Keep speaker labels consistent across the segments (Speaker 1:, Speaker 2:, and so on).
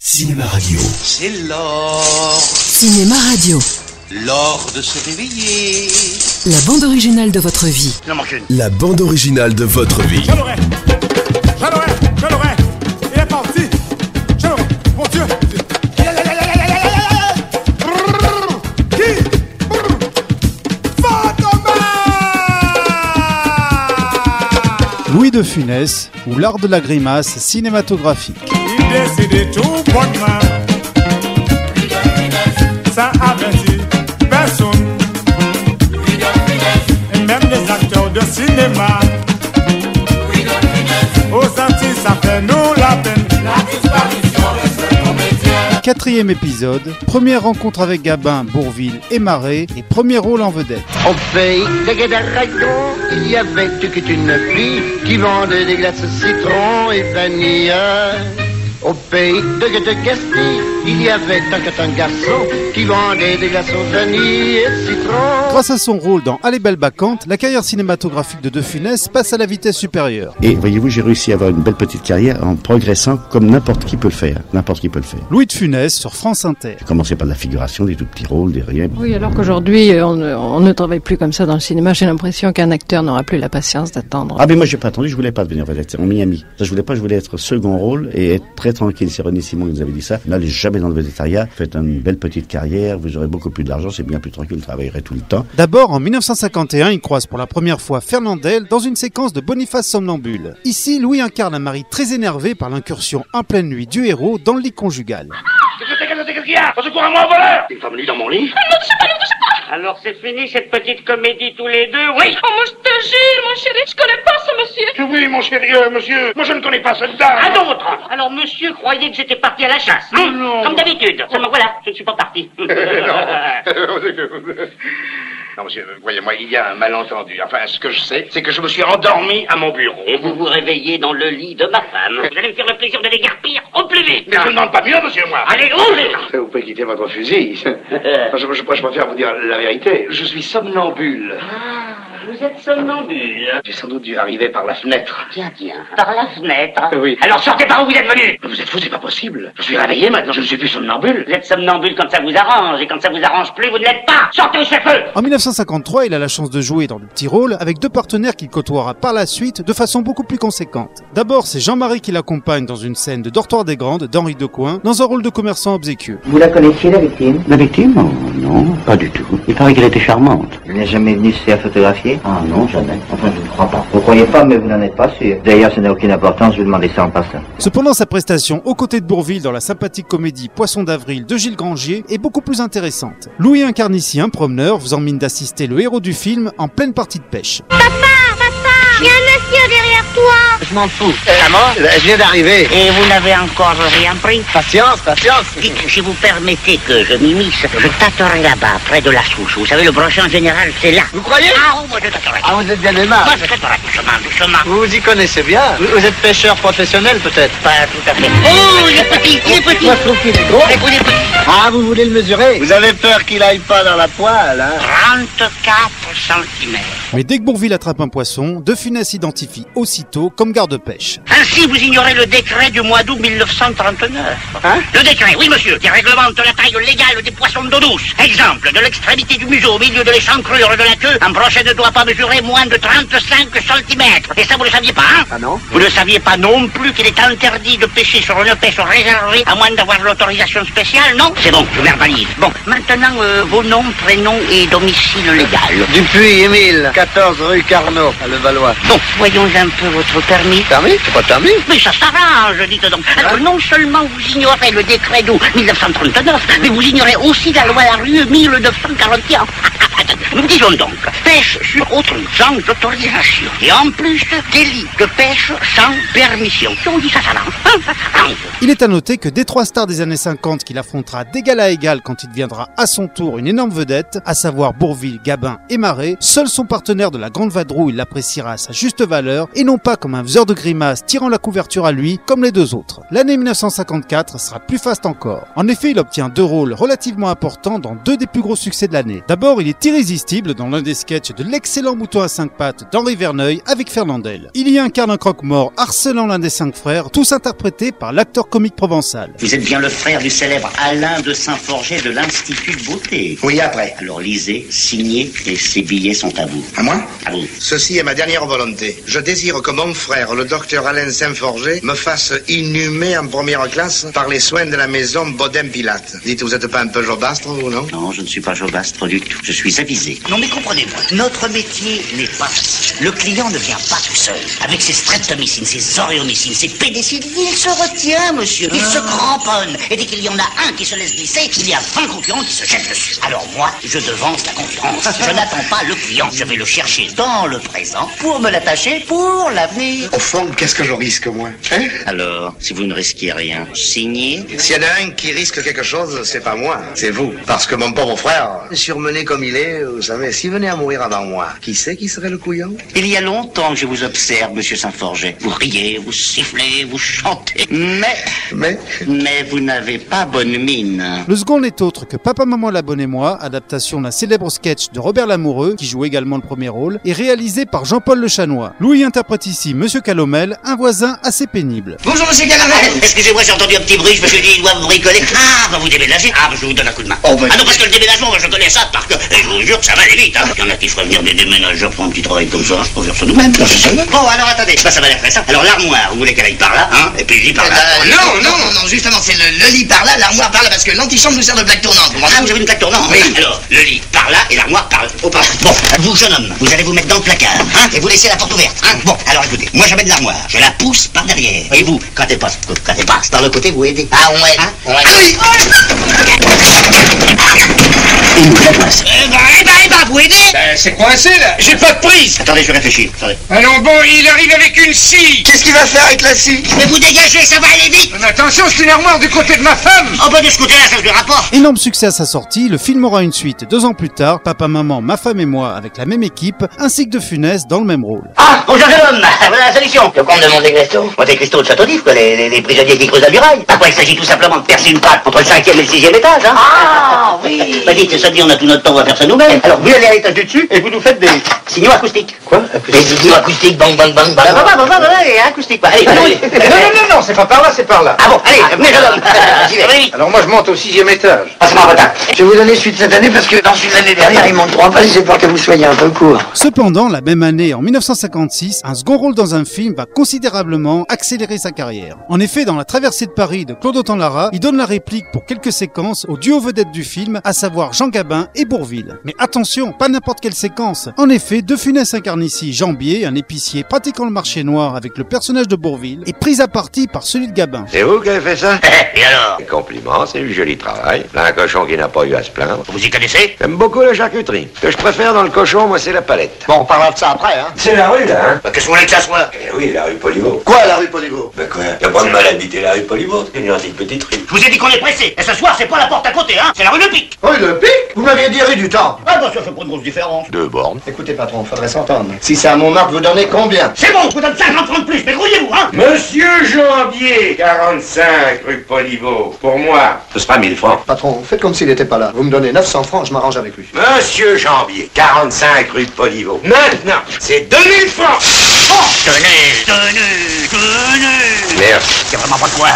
Speaker 1: Cinéma Radio.
Speaker 2: C'est l'or,
Speaker 3: Cinéma Radio,
Speaker 2: l'or de se réveiller.
Speaker 3: la bande originale de votre vie.
Speaker 2: Il en manque une.
Speaker 1: La bande originale de votre vie.
Speaker 4: Je l'aurai Je l'aurai Je l'aurai Il est parti Je l'aurai Mon Dieu Qui Fantomas
Speaker 5: Louis de Funès ou l'art de la grimace cinématographique.
Speaker 4: Il décide tout bonnement Sans avertir personne Et même les acteurs de cinéma Aux Antilles, ça fait nous la peine
Speaker 5: Quatrième épisode, première rencontre avec Gabin, Bourville et Marais et premier rôle en vedette.
Speaker 6: Au pays de Guédaragon, il y avait toute une fille qui vendait des glaces citron et vanille. Au pays de Guédagaspie, il y avait tant que tant garçon qui vendait des glaces vanille et citron.
Speaker 5: Grâce à son rôle dans Allez belle bacante, la carrière cinématographique de De Funès passe à la vitesse supérieure.
Speaker 7: Et voyez-vous, j'ai réussi à avoir une belle petite carrière en progressant comme n'importe qui peut le faire. N'importe qui peut le faire.
Speaker 5: Louis de Funès sur France Inter.
Speaker 7: J'ai commencé par de la figuration, des tout petits rôles, des rien.
Speaker 8: Oui, alors qu'aujourd'hui, euh, on, ne- on ne travaille plus comme ça dans le cinéma. J'ai l'impression qu'un acteur n'aura plus la patience d'attendre.
Speaker 7: Ah mais moi j'ai pas attendu, je voulais pas devenir vedette en Miami. Ça, je voulais pas, je voulais être second rôle et être très tranquille. C'est René Simon qui nous avait dit ça. N'allez jamais dans le vedettariat, faites une belle petite carrière, vous aurez beaucoup plus d'argent, c'est bien plus tranquille, vous travaillerez tout le temps.
Speaker 5: D'abord, en 1951, il croise pour la première fois Fernandel dans une séquence de Boniface somnambule. Ici, Louis incarne un mari très énervé par l'incursion en pleine nuit du héros dans le lit conjugal.
Speaker 2: Une femme nue dans mon lit
Speaker 9: Alors c'est fini cette petite comédie tous les deux, oui Oh moi je te jure, mon chéri, je connais pas ce monsieur
Speaker 2: Oui, mon chéri, euh, monsieur, moi je ne connais pas cette dame.
Speaker 9: Un d'autre Alors monsieur croyait que j'étais parti à la chasse, hein
Speaker 2: Non.
Speaker 9: Comme d'habitude, seulement voilà, je ne suis pas parti.
Speaker 2: non, monsieur, euh, voyez-moi, il y a un malentendu. Enfin, ce que je sais, c'est que je me suis endormi à mon bureau.
Speaker 9: Et vous vous réveillez dans le lit de ma femme. Vous allez me faire le plaisir de dégarpir au plus vite
Speaker 2: Mais je ne demande pas mieux, monsieur, moi.
Speaker 9: Allez, roulez
Speaker 6: Vous pouvez quitter votre fusil. je, je- je préfère vous dire la vérité. Je suis somnambule.
Speaker 9: Vous êtes somnambule.
Speaker 6: J'ai sans doute dû arriver par la fenêtre. Ah,
Speaker 9: Bien, bien. Par la fenêtre.
Speaker 6: Oui.
Speaker 9: Alors sortez par où vous êtes venu
Speaker 6: Vous êtes fou, c'est pas possible. Je suis réveillé maintenant, je ne suis plus somnambule.
Speaker 9: Vous êtes somnambule comme ça vous arrange, et comme ça vous arrange plus, vous ne l'êtes pas Sortez au chef-feu
Speaker 5: En 1953, il a la chance de jouer dans le petit rôle avec deux partenaires qu'il côtoiera par la suite de façon beaucoup plus conséquente. D'abord, c'est Jean-Marie qui l'accompagne dans une scène de Dortoir des Grandes d'Henri Decoing dans un rôle de commerçant obséquieux.
Speaker 6: Vous la connaissiez, la victime
Speaker 7: La victime Non, pas du tout. Il paraît qu'elle était charmante.
Speaker 6: Elle n'est jamais venue se faire photographier
Speaker 7: Ah non, jamais.
Speaker 6: Enfin, je ne crois pas. Vous croyez pas, mais vous n'en êtes pas sûr. D'ailleurs, ça n'a aucune importance, je vous demandais ça en passant.
Speaker 5: Cependant, sa prestation aux côtés de Bourville dans la sympathique comédie Poisson d'avril de Gilles Grangier est beaucoup plus intéressante. Louis incarne ici un promeneur vous emmène d'assister le héros du film en pleine partie de pêche.
Speaker 6: Je m'en fous. Maman, je viens d'arriver.
Speaker 9: Et vous n'avez encore rien pris
Speaker 6: Patience, patience.
Speaker 9: Dites, si vous permettez que je m'immisce, je tâterai là-bas, près de la souche. Vous savez, le brochet en général, c'est là.
Speaker 6: Vous croyez
Speaker 9: Ah, oh, moi je tâterai.
Speaker 6: Ah, vous êtes bien
Speaker 9: Moi
Speaker 6: aimable.
Speaker 9: je tâterai doucement, doucement.
Speaker 6: Vous vous y connaissez bien. Vous, vous êtes pêcheur professionnel, peut-être.
Speaker 9: Pas tout à fait. Oh, il est petit, il est petit.
Speaker 6: Moi, je trouve qu'il est gros.
Speaker 9: Écoutez, petit.
Speaker 6: Ah, vous voulez le mesurer Vous avez peur qu'il aille pas dans la poêle, hein
Speaker 9: 34 centimètres.
Speaker 5: Mais dès que Bourville attrape un poisson, De Funès s'identifie aussitôt comme garde-pêche.
Speaker 9: Ainsi, vous ignorez le décret du mois d'août 1939.
Speaker 6: Hein
Speaker 9: Le décret, oui monsieur, qui réglemente la taille légale des poissons d'eau douce. Exemple, de l'extrémité du museau au milieu de l'échancrure de la queue, un brochet ne doit pas mesurer moins de 35 cm. Et ça, vous ne le saviez pas, hein
Speaker 6: Ah non
Speaker 9: Vous ne saviez pas non plus qu'il est interdit de pêcher sur une pêche réservée, à moins d'avoir l'autorisation spéciale, non C'est bon, je verbalise. Bon, maintenant, euh, vos noms, prénoms et domicile légal.
Speaker 6: Dupuis, Émile, 14 rue Carnot, à Levallois.
Speaker 9: Bon, voyons un peu votre permis.
Speaker 6: Permis C'est pas permis Hein
Speaker 9: Mais ça s'arrange, dites donc. Alors non seulement vous ignorez le décret d'août 1939, mais vous ignorez aussi la loi Larue 1941. Nous disons donc, pêche sur autrui, sans autorisation. Et en plus, délit de pêche sans permission. Si on dit ça, ça s'arrange. Hein, ça s'arrange.
Speaker 5: Il est à noter que des trois stars des années 50 qu'il affrontera d'égal à égal quand il deviendra à son tour une énorme vedette, à savoir Bourville, Gabin et Marais, seul son partenaire de la Grande Vadrouille l'appréciera à sa juste valeur et non pas comme un faiseur de grimaces tirant la couverture à lui comme les deux autres. L'année 1954 sera plus faste encore. En effet, il obtient deux rôles relativement importants dans deux des plus gros succès de l'année. D'abord, il est irrésistible dans l'un des sketchs de l'excellent Mouton à 5 pattes d'Henri Verneuil avec Fernandel. Il y incarne un croque-mort harcelant l'un des cinq frères, tous interprétés par l'acteur comique provençal.
Speaker 9: Vous êtes bien le frère du célèbre Alain de Saint-Forget de l'Institut de Beauté.
Speaker 6: Oui, après.
Speaker 9: Alors lisez, signez, et ces billets sont à vous.
Speaker 6: À moi
Speaker 9: À vous.
Speaker 6: Ceci est ma dernière volonté. Je désire que mon frère, le docteur Alain Saint-Forger, me fasse inhumer en première classe par les soins de la maison Baudin-Pilate. Dites, vous êtes pas un peu jobastre, vous, non
Speaker 9: Non, je ne suis pas jobastre du tout. Je suis avisé. Non, mais comprenez-moi. Notre métier n'est pas facile. Le client ne vient pas tout seul. Avec ses streptomycines, ses oriomycines, ses pénicillines, il se retient, monsieur. Il
Speaker 6: Ah.
Speaker 9: se cramponne. Et dès qu'il y en a un qui se laisse glisser, il y a 20 concurrents qui se jettent dessus. Alors moi, je devance la concurrence. Je n'attends pas le client. Je vais le chercher dans le présent pour me l'attacher pour l'avenir.
Speaker 6: Au fond, qu'est-ce que je risque, moi Hein
Speaker 9: Alors, si vous ne risquez rien, signez.
Speaker 6: S'il y en a un qui risque quelque chose, c'est pas moi, c'est vous. Parce que mon pauvre frère, surmené comme il est, vous savez, s'il venait à mourir avant moi, qui sait qui serait le couillon
Speaker 9: Il y a longtemps que je vous observe, monsieur Saint-Forget. Vous riez, vous sifflez, vous chantez. Mais,
Speaker 6: Mais
Speaker 9: mais vous n'avez pas bonne mine.
Speaker 5: Le second n'est autre que Papa Maman l'abonné moi, adaptation d'un célèbre sketch de Robert Lamoureux, qui joue également le premier rôle, et réalisé par Jean-Paul Le Chanois. Louis interprète ici Monsieur Calomel, un voisin assez pénible.
Speaker 9: Bonjour, monsieur Calamel. Excusez-moi, j'ai entendu un petit bruit, je me suis dit, ils doivent bricoler. Ah, bah vous déménagez. Ah, bah, je vous donne un coup de main. ah non, parce que le déménagement, bah, je connais ça parce que Et je vous jure que ça va aller vite. Hein. Il y en a qui feraient venir des déménageurs pour un petit travail comme ça. hein, Je préfère ça nous-mêmes. Bon, alors attendez. Bah, ça va l'air très simple. Alors l'armoire, vous voulez qu'elle aille par là, hein Et puis le lit par là. non, non, non, non, justement, c'est le, lit par là, l'armoire par là, parce que l'antichambre nous sert de plaque tournante. Ah, vous avez une plaque tournante Oui. Alors, le lit par là et l'armoire par là. Oh, pardon. Bon, vous, jeune homme, vous allez vous mettre dans le placard, hein, et vous laissez la porte ouverte, hein. Bon, alors écoutez, moi j'amène l'armoire, je la pousse par derrière. Et vous, quand elle passe, quand elle passe par le côté, vous aidez. Ah, on aide, hein on aide. Ah oui, Une place. Eh ben, eh ben, eh ben, vous aidez
Speaker 2: c'est coincé là J'ai pas de prise
Speaker 9: Attendez, je réfléchis. Attendez.
Speaker 2: Allons bon, il arrive avec une scie
Speaker 6: qu'est-ce qu'il va faire avec la scie
Speaker 9: Mais vous dégagez, ça va aller vite
Speaker 2: Mais Attention, c'est une armoire du côté de ma femme
Speaker 9: Oh, ben de ce côté-là, ça se rapporte.
Speaker 5: Énorme succès à sa sortie, le film aura une suite deux ans plus tard, Papa, Maman, Ma Femme et Moi avec la même équipe, ainsi que De Funès dans le même rôle.
Speaker 9: Ah, bonjour jeune homme, voilà la solution. Le comte de Monte Cristo Monte Cristo de Château d'If, quoi, les, les- les prisonniers qui creusent la muraille. Après, il s'agit tout simplement de percer une patte entre le cinquième et le sixième étage, hein. Ah, oui. Bah dites, ça dit, on a tout notre temps, on va faire ça nous-mêmes. Alors, vous allez à l'étage du dessus et vous nous faites des signaux acoustiques. Quoi Des signaux acoustiques, bang, bang, bang, bang. Bah, bah, bah, bah, bah, et acoustiques, quoi. Allez,
Speaker 6: Ah
Speaker 9: allez.
Speaker 2: non, non, c'est pas par là, c'est par là
Speaker 9: Ah bon, allez, venez jeune homme. J'y vais.
Speaker 2: Alors moi je monte au sixième étage
Speaker 9: Passe-moi un retard.
Speaker 6: Ah, Je vais vous donner suite cette année parce que dans celui de l'année dernière, il monte trois pages, j'ai peur que vous soyez un peu court.
Speaker 5: Cependant, la même année, en 1956, un second rôle dans un film va considérablement accélérer sa carrière. En effet, dans La traversée de Paris de Claude Autant Lara, il donne la réplique pour quelques séquences au duo vedette du film, à savoir Jean Gabin et Bourville. Mais attention, pas n'importe quelle séquence. En effet, De Funès incarne ici Jambier, un épicier pratiquant le marché noir avec le personnage de Bourville, et pris à partie par celui de Gabin.
Speaker 10: C'est vous qui avez fait ça
Speaker 9: Et alors
Speaker 10: Compliments, c'est du joli travail. Là, un cochon qui n'a pas eu à se plaindre.
Speaker 9: Vous y connaissez
Speaker 10: J'aime beaucoup la charcuterie. Ce que je préfère dans le cochon, moi, c'est la palette.
Speaker 6: Bon, on parlera de ça après, hein.
Speaker 10: C'est la rue, là, hein
Speaker 9: Bah, qu'est-ce que vous voulez que ça soit
Speaker 10: Eh oui, la rue Poliveau.
Speaker 6: Quoi, la rue Poliveau
Speaker 10: Ben quoi Y'a pas de mal à habiter la rue Poliveau, c'est une gentille petite rue.
Speaker 9: Je vous ai dit qu'on est pressé. Et ce soir, c'est pas la porte à côté, hein. C'est la rue Le Pic.
Speaker 6: Oh, le pic Vous m'aviez dit rue du temps.
Speaker 9: Ah, bah, ça fait pas une grosse différence.
Speaker 10: Deux bornes.
Speaker 6: Écoutez, patron, faudrait s'entendre. Si c'est à Montmartre, vous donnez combien
Speaker 9: C'est bon, je vous donne 50 francs de plus, mais grouillez-vous, hein
Speaker 2: Monsieur Janvier 45 rue Poliveau, pour moi
Speaker 10: Ce sera 1000 francs.
Speaker 6: Patron, faites comme s'il n'était pas là. Vous me donnez 900 francs, je m'arrange avec lui.
Speaker 10: Monsieur Janvier, 45 rue Poliveau.
Speaker 2: Maintenant, c'est 2000 francs
Speaker 9: Tenez, tenez, tenez
Speaker 10: Merde.
Speaker 9: C'est vraiment pas quoi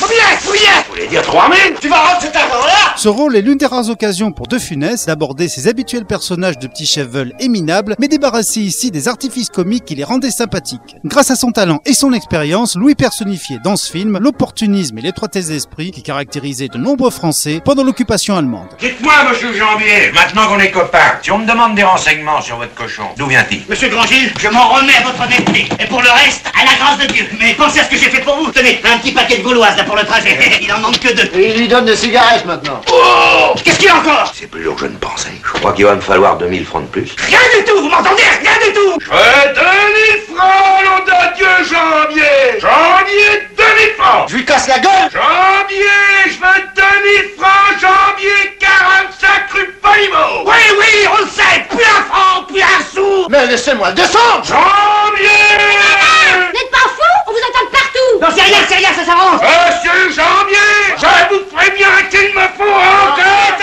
Speaker 2: Combien Combien
Speaker 10: Vous voulez dire 3000
Speaker 2: Tu vas rendre cet argent-là
Speaker 5: Ce rôle est l'une des rares occasions pour De Funès d'aborder ses habituels personnages de petits chefs veulent et minables, mais débarrassé ici des artifices comiques qui les rendaient sympathiques. Grâce à son talent et son expérience, Louis personnifiait dans ce film l'opportunisme et l'étroitesse d'esprit qui caractérisaient de nombreux Français pendant l'occupation allemande.
Speaker 2: Dites-moi, monsieur Janvier, maintenant qu'on est copains, si on me demande des renseignements sur votre cochon, d'où vient-il
Speaker 9: Monsieur Grangil, je m'en remets à votre honnêteté. Et pour le reste, à la grâce de Dieu. Mais pensez à ce que j'ai fait pour vous. Tenez, un petit paquet de gauloises là pour le trajet. Il en manque que deux. Oh
Speaker 6: Et il lui donne des cigarettes maintenant.
Speaker 9: Qu'est-ce qu'il y a encore
Speaker 10: C'est plus lourd que je ne pensais. Je crois qu'il va me falloir 2000 francs de plus.
Speaker 9: Rien du tout, vous m'entendez Rien du tout
Speaker 2: Euh, 2000 francs, nom de Dieu, Janvier Janvier, 2000 francs
Speaker 6: Je lui casse la gueule
Speaker 2: Janvier, je veux 2000 francs, janvier 45 rue Poliveau
Speaker 9: Oui, oui, on le sait Plus un franc, plus un sou
Speaker 6: Mais laissez-moi le descendre
Speaker 2: Janvier
Speaker 9: N'êtes pas fou On vous entend partout Non, c'est rien, c'est rien, ça s'arrange
Speaker 2: Monsieur Janvier Je vous préviens qu'il me faut encore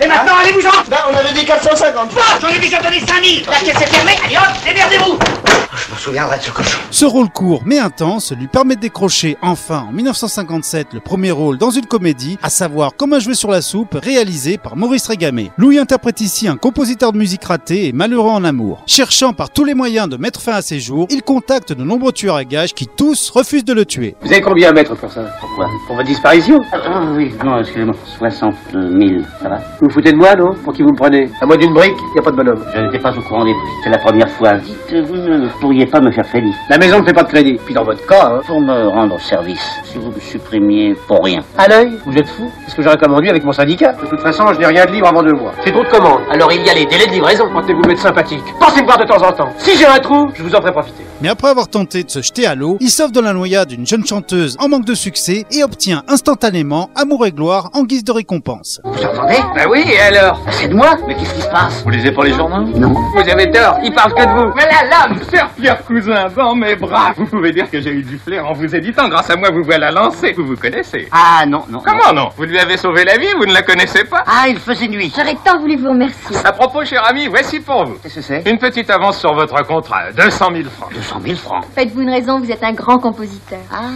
Speaker 9: Et maintenant, allez-vous, Jean
Speaker 6: Ben, on avait dit 450
Speaker 2: entendu que j'en donnais 5000 La caisse est fermée, allez hop, démerdez-vous Je me souviendrai de ce cochon.
Speaker 5: Ce rôle court mais intense lui permet de décrocher enfin en 1957 le premier rôle dans une comédie, à savoir Comment jouer sur la soupe, réalisé par Maurice Régamé. Louis interprète ici un compositeur de musique raté et malheureux en amour. Cherchant par tous les moyens de mettre fin à ses jours, il contacte de nombreux tueurs à gages qui tous refusent de le tuer.
Speaker 9: Vous avez combien à mettre pour ça Pourquoi Pour votre disparition Ah oui, non, excusez-moi. 62 000, ça va Vous vous foutez de moi, non Pour qui vous me prenez À moi d'une brique, y a pas de bonhomme. Je n'étais pas au courant des prix, c'est la première fois. Dites, vous ne pourriez pas me faire crédit. La maison ne fait pas de crédit. Puis dans votre cas, hein Pour me rendre service, si vous me supprimiez pour rien. À l'œil Vous êtes fou C'est ce que j'ai recommandé avec mon syndicat. De toute façon, je n'ai rien de libre avant deux mois. C'est trop de commandes. Alors il y a les délais de livraison. Comptez-vous m'être sympathique. Pensez me voir de temps en temps. Si j'ai un trou, je vous en ferai profiter.
Speaker 5: Mais après avoir tenté de se jeter à l'eau, il sauve de la noyade une jeune chanteuse en manque de succès et obtient instantanément amour et gloire en guise de récompense.
Speaker 9: Vous entendez Ben oui, et alors C'est de moi Mais qu'est-ce qui se passe Vous lisez pas les journaux Non. Vous avez tort, ils parlent que de vous. Voilà l'âme, cher Pierre Cousin, dans mes bras. Vous pouvez dire que j'ai eu du flair en vous éditant. Grâce à moi, vous voilà lancé. Vous vous connaissez. Ah non, non. Comment non Vous lui avez sauvé la vie, vous ne la connaissez pas Ah, il faisait nuit.
Speaker 11: J'aurais tant voulu vous remercier.
Speaker 9: À propos, cher ami, voici pour vous. Qu'est-ce que c'est Une petite avance sur votre contrat, 200 000 francs. 200 000 francs
Speaker 11: Faites-vous une raison, vous êtes un grand compositeur.
Speaker 9: Ah,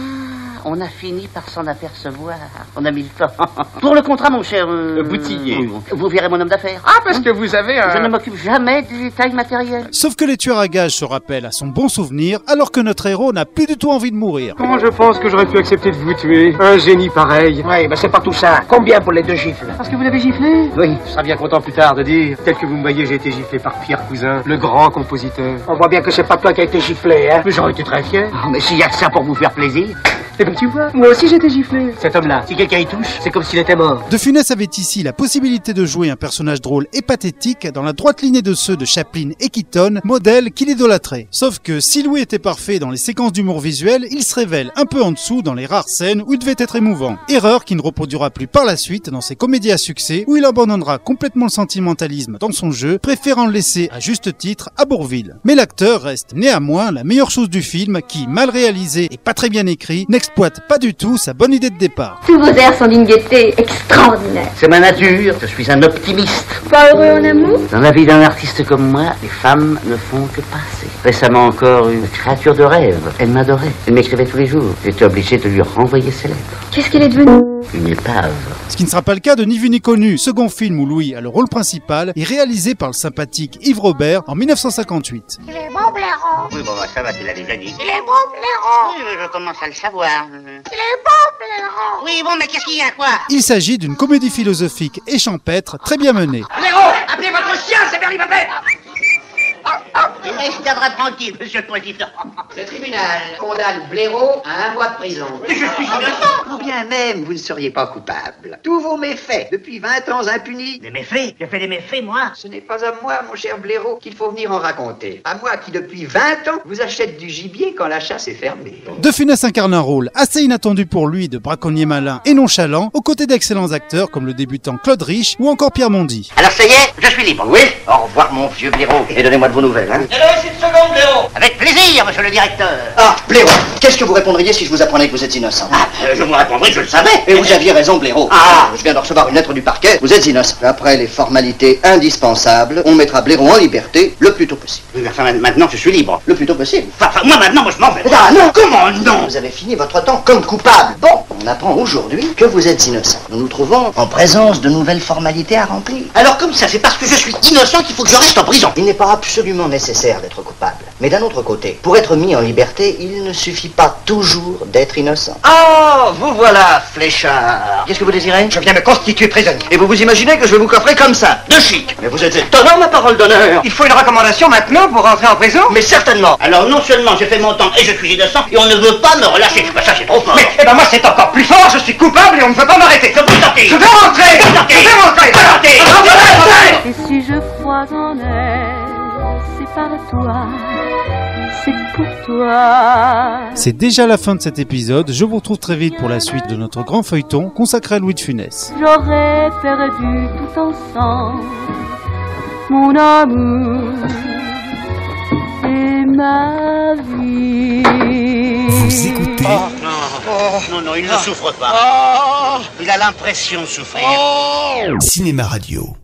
Speaker 9: on a fini par s'en apercevoir. On a mis le temps. Pour le contrat, mon cher. Boutillier. Vous verrez mon homme d'affaires. Ah, parce que vous avez un. Je ne m'occupe jamais des détails matériels.
Speaker 5: Sauf que les tueurs à gages se rappellent à son bon souvenir alors que notre héros n'a plus du tout envie de mourir.
Speaker 9: Comment je pense que j'aurais pu accepter de vous tuer Un génie pareil. Oui, mais c'est pas tout ça. Combien pour les deux gifles Parce que vous l'avez giflé Oui, je serai bien content plus tard de dire. Tel que vous me voyez, j'ai été giflé par Pierre Cousin, le grand compositeur. On voit bien que c'est pas Ah, toi qui as été giflé, hein Mais j'aurais été très fier. mais s'il y a que ça pour vous faire plaisir. Et bien tu vois, moi aussi j'ai été giflé. Cet homme-là, si quelqu'un y touche, c'est comme s'il était mort.
Speaker 5: De Funès avait ici la possibilité de jouer un personnage drôle et pathétique dans la droite lignée de ceux de Chaplin et Keaton, modèle qu'il idolâtrait. Sauf que si Louis était parfait dans les séquences d'humour visuel, il se révèle un peu en dessous dans les rares scènes où il devait être émouvant. Erreur qui ne reproduira plus par la suite dans ses comédies à succès où il abandonnera complètement le sentimentalisme dans son jeu, préférant le laisser à juste titre à Bourville. Mais l'acteur reste néanmoins la meilleure chose du film qui, mal réalisé et pas très bien écrit, n'exploite pas du tout sa bonne idée de départ.
Speaker 11: Tous vos airs sont d'une gaieté extraordinaire.
Speaker 9: C'est ma nature, je suis un optimiste.
Speaker 11: Pas
Speaker 6: Euh,
Speaker 11: heureux en amour
Speaker 9: Dans la vie d'un artiste comme moi, les femmes ne font que passer. Récemment encore, une créature de rêve. Elle m'adorait. Elle m'écrivait tous les jours. J'étais obligé de lui renvoyer ses lettres.
Speaker 11: Qu'est-ce qu'elle est devenue
Speaker 9: Une épave.
Speaker 5: Ce qui ne sera pas le cas de Ni vu ni connu, second film où Louis a le rôle principal et réalisé par le sympathique Yves Robert en 1958.
Speaker 2: Il est bon, blaireau Oui, bon, bah, ça va, tu l'as déjà dit. Il est bon, blaireau Oui, je commence à le savoir. Il est bon, blaireau Oui, bon, mais qu'est-ce qu'il y a, quoi
Speaker 5: Il s'agit d'une comédie philosophique et champêtre très bien menée.
Speaker 2: Blaireau, appelez votre chien, c'est Bernie Papet Il tiendra tranquille, monsieur le président. Le tribunal condamne Blaireau à un mois de prison. Ah, Mais je suis innocent
Speaker 9: Ou bien même, vous ne seriez pas coupable. Tous vos méfaits, depuis 20 ans impunis.
Speaker 2: Des méfaits J'ai fait des méfaits, moi
Speaker 9: Ce n'est pas à moi, mon cher Blaireau, qu'il faut venir en raconter. À moi qui, depuis 20 ans, vous achète du gibier quand la chasse est fermée.
Speaker 5: De Funès incarne un rôle assez inattendu pour lui de braconnier malin et nonchalant, aux côtés d'excellents acteurs comme le débutant Claude Rich ou encore Pierre Mondy.
Speaker 2: Alors ça y est, je suis libre. Oui
Speaker 9: Au revoir, mon vieux Blaireau. Et donnez-moi de vos nouvelles, hein.
Speaker 2: Hello, Eh ben, une seconde, Blaireau Avec plaisir, monsieur le directeur
Speaker 9: Ah, Blaireau, qu'est-ce que vous répondriez si je vous apprenais que vous êtes innocent
Speaker 2: Ah, euh, je vous répondrai que je le savais
Speaker 9: Et vous aviez raison, Blaireau.
Speaker 2: Ah.
Speaker 9: Je viens de recevoir une lettre du parquet. Vous êtes innocent. Après les formalités indispensables, on mettra Blaireau en liberté le plus tôt possible.
Speaker 2: Oui, mais enfin, ma- maintenant, je suis libre.
Speaker 9: Le plus tôt possible.
Speaker 2: Enfin, enfin, moi, maintenant, moi, je m'en vais.
Speaker 9: Ah, non.
Speaker 2: Comment non
Speaker 9: Vous avez fini votre temps comme coupable. Bon, on apprend aujourd'hui que vous êtes innocent. Nous nous trouvons en présence de nouvelles formalités à remplir.
Speaker 2: Alors, comme ça, c'est parce que je suis innocent qu'il faut que je reste en prison.
Speaker 9: Il n'est pas absolument nécessaire d'être coupable. Mais d'un autre côté, pour être mis en liberté, il ne suffit pas toujours d'être innocent.
Speaker 2: Oh, vous voilà, fléchard
Speaker 9: Qu'est-ce que vous désirez
Speaker 2: Je viens me constituer prisonnier.
Speaker 9: Et vous vous imaginez que je vais vous coffrer comme ça
Speaker 2: De chic
Speaker 9: Mais vous êtes étonnant, ma parole d'honneur
Speaker 2: Il faut une recommandation maintenant pour rentrer en prison
Speaker 9: Mais certainement
Speaker 2: Alors non seulement j'ai fait mon temps et je suis innocent, et on ne veut pas me relâcher. Ben, ça c'est trop fort.
Speaker 9: Mais eh ben moi c'est encore plus fort, je suis coupable et on ne peut pas m'arrêter
Speaker 2: je veux sortir.
Speaker 9: Je vais rentrer
Speaker 2: Je veux sortir.
Speaker 9: Je vais rentrer
Speaker 2: Je veux sortir.
Speaker 9: Je vais rentrer
Speaker 12: Et si je crois en elle, c'est par toi, c'est pour toi.
Speaker 5: C'est déjà la fin de cet épisode, je vous retrouve très vite pour la suite de notre grand feuilleton consacré à Louis de Funès.
Speaker 12: J'aurais perdu tout ensemble mon amour et ma vie.
Speaker 1: Écoutez,
Speaker 2: Non, non, il ne souffre pas. Il a l'impression de souffrir.
Speaker 1: Cinéma Radio.